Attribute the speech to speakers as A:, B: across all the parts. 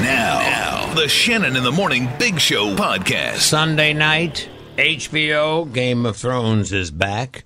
A: Now, the Shannon in the Morning Big Show podcast.
B: Sunday night, HBO Game of Thrones is back.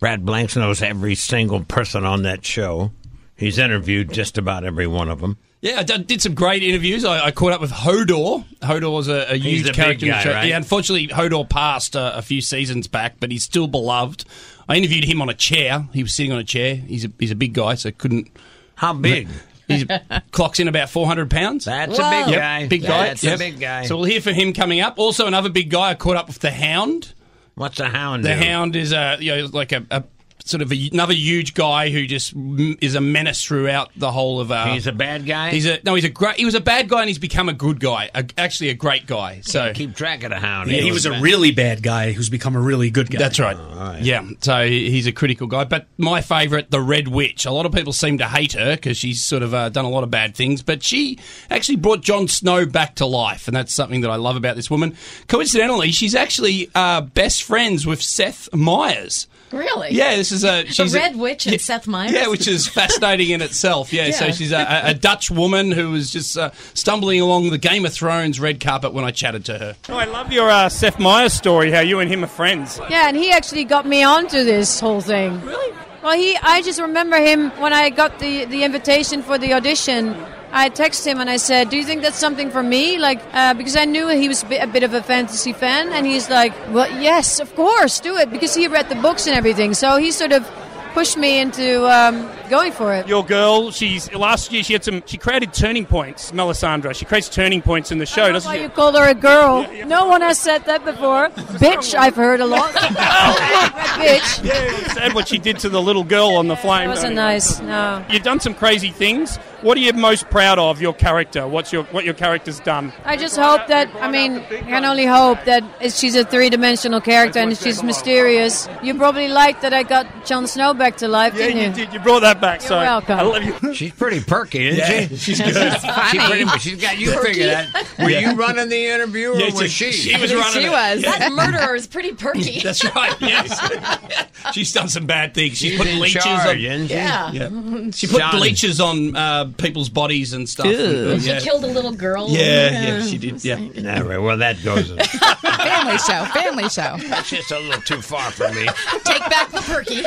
B: Brad Blanks knows every single person on that show. He's interviewed just about every one of them.
C: Yeah, I did did some great interviews. I, I caught up with Hodor. Hodor's a, a huge
B: the big
C: character in
B: guy,
C: the show.
B: right?
C: Yeah, unfortunately, Hodor passed uh, a few seasons back, but he's still beloved. I interviewed him on a chair. He was sitting on a chair. He's a, he's a big guy, so couldn't.
B: How big?
C: He clocks in about 400 pounds.
B: That's
D: Whoa.
B: a big
D: Yep,
B: guy.
C: big guy.
B: That's
C: Yep.
B: a big guy.
C: So we'll hear from him coming up. Also, another big guy I caught up with the Hound.
B: What's a hound?
C: The
B: do?
C: Hound is a you know like a, a sort of a, another huge guy who just m- is a menace throughout the whole of. Uh,
B: He's a bad guy.
C: He's a no. He's a great. He was a bad guy, and he's become a good guy. A, actually, a great guy. So
B: keep track of the hound.
E: Yeah, he was a really bad guy who's become a really good guy.
C: that's right. Yeah. So he- he's a critical guy. But my favourite, the Red Witch. A lot of people seem to hate her because she's sort of uh, done a lot of bad things. But she actually brought Jon Snow back to life, and that's something that I love about this woman. Coincidentally, she's actually uh, best friends with Seth Meyers.
D: Really?
C: Yeah, this is a she's a-
D: Red Witch and Seth Meyers?
C: Yeah, which is fascinating in itself. Yeah, so
D: Yeah.
C: she's a, a, a Dutch woman who was just uh, stumbling along the Game of Thrones red carpet when I chatted to her.
F: Oh, I love your uh, Seth Meyers story. How you and him are friends.
G: Yeah, and he actually got me onto this whole thing. Really? Well, he I just remember him when I got the the invitation for the audition. I texted him and I said, "Do you think that's something for me?" Like uh, because I knew he was a bit, a bit of a fantasy fan, and he's like, "Well, yes, of course, do it," because he read the books and everything. So he sort of pushed me into um, going for it.
F: Your girl, she's last year she had some. She created turning points, Melisandre. She creates turning points in the
G: I
F: show,
G: don't know
F: doesn't
G: why
F: she?
G: you called her a girl. No one has said that before. bitch, I've heard a lot.
F: Oh,
G: bitch.
F: It's sad what she did to the little girl on the flame.
G: That wasn't nice. No.
F: You've done some crazy things. What are you most proud of? Your character. What's your what your character's done?
G: I just hope that I mean I can only hope that it's- she's a three-dimensional character and she's mysterious. You probably liked that I got Jon Snow back to life,
F: Yeah,
G: didn't you?
F: you did. You brought that back. so
G: welcome.
F: I love you.
B: She's pretty perky, isn't she? She's good. She pretty much, she's got you figured that. Were you running the interview or
C: Yeah,
B: was she?
C: was running.
D: She
C: it.
D: was. That murderer is pretty perky.
C: That's right. Yes, she's done some bad things. She's
B: She's
C: put
B: in
C: leeches
B: charge,
C: on.
B: isn't she?
D: yeah.
C: Yeah. She put
B: John.
C: leeches on uh, people's bodies and stuff.
D: And
C: Yeah.
D: She killed a little girl.
C: Yeah, yeah, she did. Yeah.
B: All right, well, that goes.
H: Family show. Family show.
B: That's just a little too far for me.
D: Take back the perky.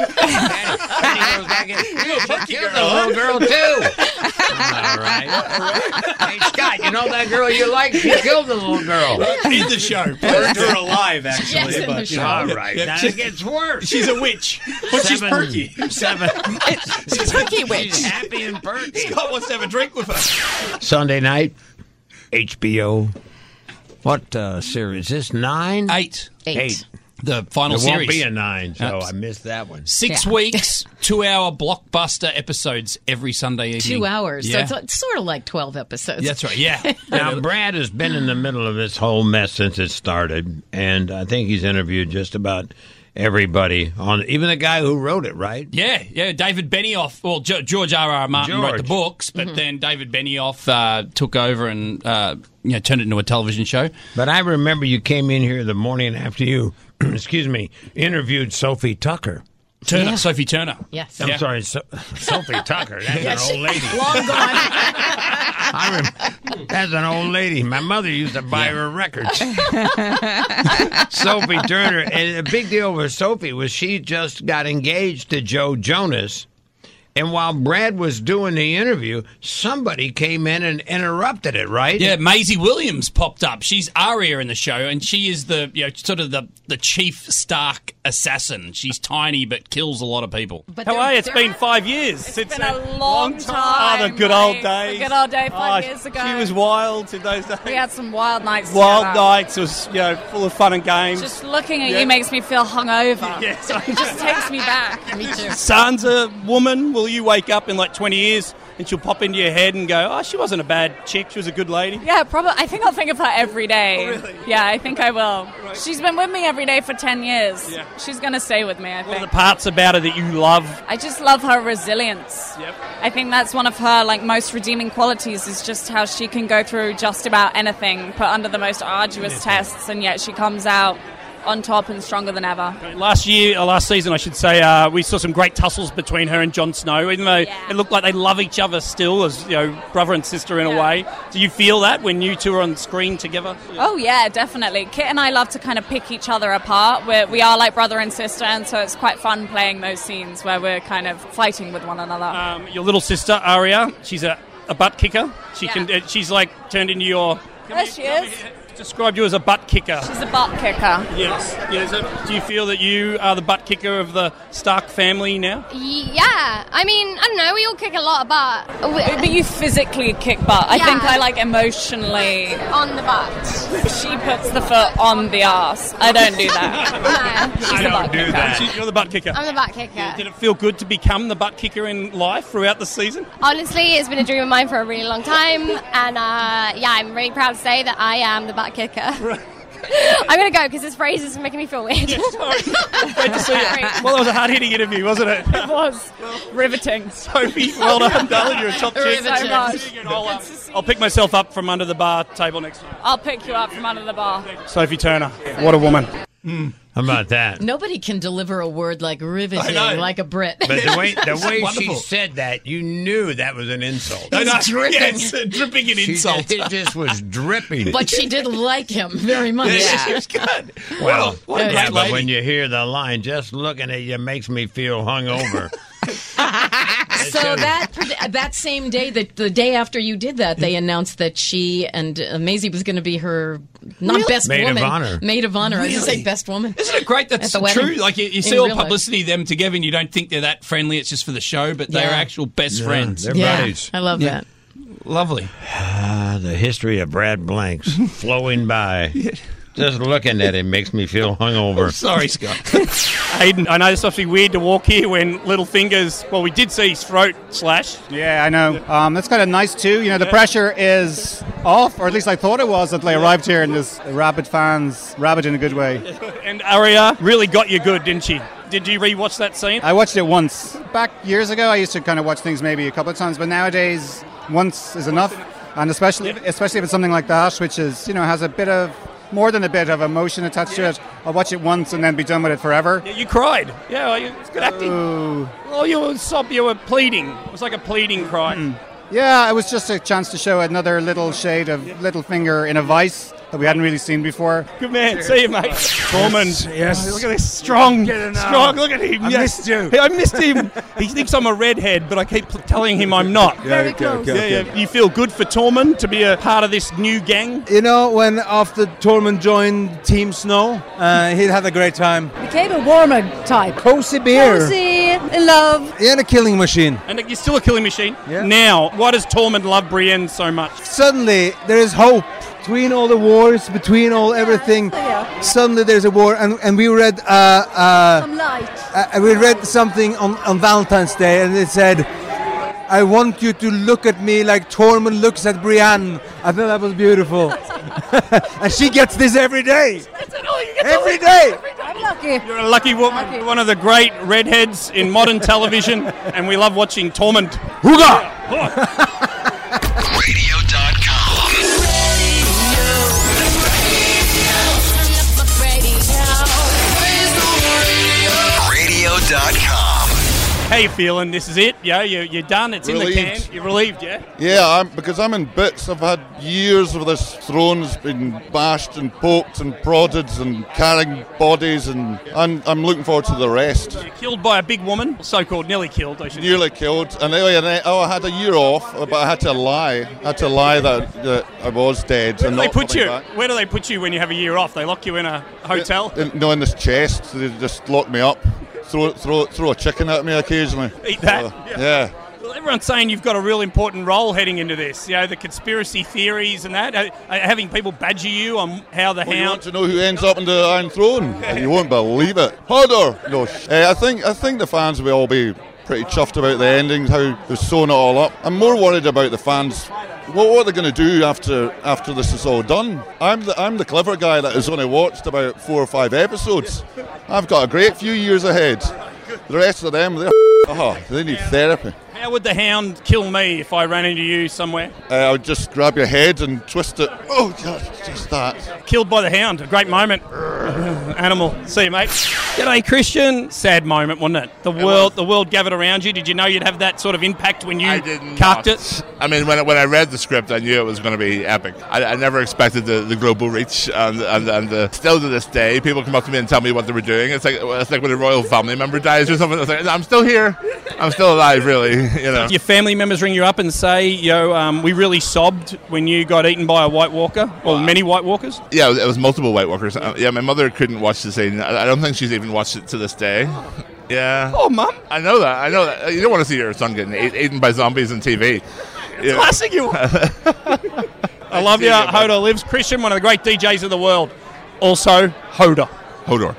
B: You're the little girl too. All right. Hey Scott, you know that girl you like? She killed the little girl.
C: In the show.
E: Burned her alive, actually.
D: Yes, in the
E: but, you know,
B: All right.
C: Yeah,
B: Now
C: she's-
B: it gets worse.
C: She's a witch.
E: but she's
B: Seven-
E: perky.
B: Seven.
H: She's Perky Witch.
B: She's happy and perky.
C: God wants to have a drink with her.
B: Sunday night, HBO. What uh, series? Is this nine?
C: Eight.
H: Eight.
B: Eight.
C: The final
B: There
C: series.
B: won't be a nine, so
C: Oops.
B: I missed that one.
C: Six
H: Yeah.
C: weeks, two hour blockbuster episodes every Sunday evening.
D: Two hours.
C: Yeah.
D: So it's, it's sort of like 12 episodes.
C: That's right. Yeah.
B: Now, Brad has been in the middle of this whole mess since it started, and I think he's interviewed just about everybody on, even the guy who wrote it, right?
C: Yeah, yeah. David Benioff, well, jo- George R. R. Martin wrote the
B: George.
C: books, but then David Benioff uh, took over and uh, you know turned it into a television show.
B: But I remember you came in here the morning after you, excuse me, interviewed Sophie Tucker.
C: Turner, Sophie Turner.
D: Yes.
B: I'm
C: Yeah.
B: sorry, so- Sophie Tucker. That's an old lady.
D: Long gone.
B: I rem- that's an old lady. My mother used to buy her records. Sophie Turner. And a big deal with Sophie was she just got engaged to Joe Jonas. And while Brad was doing the interview, somebody came in and interrupted it, right?
C: Yeah, Maisie Williams popped up. She's Aria in the show, and she is the you know sort of the the chief Stark assassin. She's tiny but kills a lot of people.
D: But
F: How
D: they're-
F: are you? It's
D: they're-
F: been five years since
G: been a
F: that
G: long
F: Ah, the
G: time,
F: good old
G: mate.
F: days.
G: The good old day, five
F: Ah,
G: years
F: She
G: ago.
F: was wild in those days.
G: had some wild nights.
F: Wild nights was you know full of fun and games.
G: looking at
F: Yeah.
G: makes me feel hungover.
F: yes,
G: It just takes me back.
D: Me too.
F: Sansa woman. We'll
C: will you wake up in like 20 years and she'll pop into your head and go, oh, she wasn't a bad chick, she was a good lady?
F: Yeah, probably. I think I'll think of her every day. Yeah, I think I will. She's been with me every day for 10 years.
C: Yeah.
F: She's going to stay with me, I think.
C: The parts about her that you love.
F: I just love her resilience. Yep. I think that's one of her like most redeeming qualities is just how she can go through just about anything, put under the most arduous
C: Anything.
F: tests, and yet she comes out on top and stronger than ever.
C: Last year, uh, last season, I should say, uh, we saw some great tussles between her and Jon Snow, even though it looked like they love each other still as, you know, brother and sister in a way. Do you feel that when you two are on screen together?
F: Oh yeah, definitely. Kit and I love to kind of pick each other apart. We're, we are like brother and sister, and so it's quite fun playing those scenes where we're kind of fighting with one another.
C: Um, Your little sister, Aria, she's a, a butt kicker. She can, uh, she's like turned into your,
F: there she is.
C: described you as a butt kicker.
F: She's a butt kicker.
C: Yes. Yeah, so do you feel that you are the butt kicker of the Stark family now?
I: Yeah, I mean, I don't know. We all kick a lot of butt.
F: But you physically kick butt. I
I: Yeah.
F: think I like emotionally.
I: on the butt.
F: She puts the foot on the ass. I don't do that. She's the butt kicker.
C: You're the butt kicker.
I: I'm the butt kicker.
C: Did it feel good to become the butt kicker in life throughout the season?
I: Honestly, it's been a dream of mine for a really long time, and uh, yeah, I'm really proud to say that I am the butt kicker. I'm gonna go because this phrase is making me feel weird.
C: Great to see you. Well, that was a hard hitting interview, wasn't it? It
F: was. Riveting.
C: Sophie, well done, darling. You're a top chick.
F: Riveting. So much.
C: I'll, I'll pick myself up from under the bar table next time.
F: I'll pick you up from under the bar.
C: Sophie Turner. What a woman.
B: How about that?
D: Nobody can deliver a word like riveting
B: I know.
D: like a Brit.
B: But the way the way she
D: Wonderful.
B: said that, you knew that was an insult.
D: I know. It's dripping. Yes,
J: uh,
B: dripping
D: an insult.
B: It just was dripping.
D: But she did like him very much.
B: Yeah, she was
D: good.
B: well,
D: What a- what a
B: yeah,
D: great
B: but
D: lady.
B: when you hear the line, just looking at you makes me feel hungover.
D: So that pred- that same day, the, the day after you did that, they announced that she and uh, Maisie was going to be her not
K: Really?
D: best
K: Maid of
D: woman,
K: honor.
D: maid of honor. I was going to say
K: Really?
D: best woman.
K: Isn't it great that's
D: At the
K: true?
D: wedding.
K: Like you, you
D: In
K: see all
D: real life.
K: publicity of them together, and you don't think they're that friendly. It's just for the show, but they're
D: Yeah.
K: actual best
B: Yeah,
K: friends.
B: they're Yeah, buddies.
D: I love that.
K: Lovely.
B: Ah, the history of Brad Blanks flowing by. Just looking at him makes me feel hungover.
K: Sorry, Scott.
C: Aiden, I know it's obviously weird to walk here when Little Fingers, well, we did see his throat slash.
L: Yeah, I know. Um, that's kind of nice too. You know, the
C: Yeah.
L: pressure is
C: Oh,
L: off, or at least I thought it was until I arrived here, and there's rabid fans, rabid in a good way.
C: And Aria really got you good, didn't she? Did you rewatch that scene?
L: I watched it once back years ago. I used to kind of watch things maybe a couple of times, but nowadays once is enough, and especially especially if it's something like that, which is you know has a bit of more than a bit of emotion attached to it. I'll watch it once and then be done with it forever.
C: You cried. Yeah, well, you- it's good acting.
L: Ooh.
C: Oh, you were sob. You were pleading. It was like a pleading cry.
L: Yeah, it was just a chance to show another little shade of little finger in a vice that we hadn't really seen before.
C: Good man. See you, mate. Foreman.
L: yes.
C: Oh, look at this strong,
L: Get it now.
C: strong. Look at him.
L: I
C: yes.
L: missed you.
C: Hey, I missed him. he thinks I'm a redhead, but I keep pl- telling him I'm not.
M: Yeah, Very okay, close. okay,
C: yeah,
M: okay.
C: yeah. You feel good for Tormund to be a part of this new gang?
M: You know, when after Tormund joined Team Snow, uh, he had a great time.
N: Became a warmer type.
M: Cozy beer.
N: Cozy, in love.
M: He had a killing machine.
C: And you're still a killing machine. Now, why does Tormund love Brienne so much?
M: Suddenly, there is hope. Between all the wars, between all everything,
N: Oh,
M: suddenly there's a war, and, and we read uh, uh,
N: Some light.
M: uh, we read something on, on Valentine's Day, and it said, "I want you to look at me like Tormund looks at Brienne." I thought that was beautiful, and she gets this every day. Every day.
N: I'm lucky.
C: You're a lucky woman, one of the great redheads in modern television, and we love watching Torment.
A: Radio.com.
C: How you feeling? This is it? Yeah, you, you're done. It's in the
O: Relieved.
C: can. You're relieved, yeah?
O: Yeah, I'm, because I'm in bits. I've had years of this throne has been bashed and poked and prodded and carrying bodies, and I'm, I'm looking forward to the rest.
C: Killed by a big woman, so-called, nearly killed, I should say.
O: Nearly killed, and oh, yeah, oh, I had a year off, but I had to lie. I had to lie that, that I was dead.
C: Where
O: and
C: do they
O: not
C: put
O: coming
C: you? Where do they put you when you have a year off? They lock you in a hotel.
O: back. In- No, in this chest, they just locked me up. Throw, throw, throw a chicken at me occasionally.
C: Eat that?
O: So,
C: Yeah.
O: yeah.
C: Well, everyone's saying you've got a real important role heading into this. You know, the conspiracy theories and that. Uh, uh, having people badger you on how the
O: Well, you want
C: hound.
O: to know who ends up in the Iron Throne? You won't believe it. Hodor. No, sh- eh, I think I think the fans will all be pretty chuffed about the ending, how they've sewn it all up. I'm more worried about the fans. What, what are they going to do after after this is all done? I'm the, I'm the clever guy that has only watched about four or five episodes. I've got a great few years ahead. The rest of them, they're oh, they need therapy.
C: How would the hound kill me if I ran into you somewhere?
O: Uh, I would just grab your head and twist it. Oh, just, just that.
C: Killed by the hound, a great moment. Animal, see you, mate. G'day, Christian. Sad moment, wasn't it? The world, the world gathered around you. Did you know you'd have that sort of impact when you cucked it?
P: I mean, when I, when I read the script, I knew it was going to be epic. I, I never expected the, the global reach, and and, and uh, still to this day, people come up to me and tell me what they were doing. It's like it's like when a royal family member dies or something. It's like I'm still here, I'm still alive, really. You know.
C: Did your family members ring you up and say, "Yo, um, we really sobbed when you got eaten by a White Walker or many White Walkers."
P: Yeah, it was multiple White Walkers. Uh, Yeah, my mother couldn't watch the scene. I I don't think she's even watched it to this day. Yeah.
C: Oh, mum.
P: I know that. I know that. You don't want to see your son getting ate- eaten by zombies on TV. Yeah.
C: Classic you. I love you. Hoda lives. Christian, one of the great DJs of the world. Also, Hoda.
P: Hodor.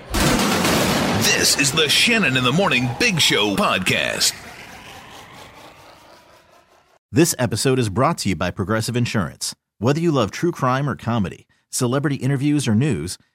A: This is the Shannon in the Morning Big Show podcast.
J: This episode is brought to you by Progressive Insurance. Whether you love true crime or comedy, celebrity interviews or news,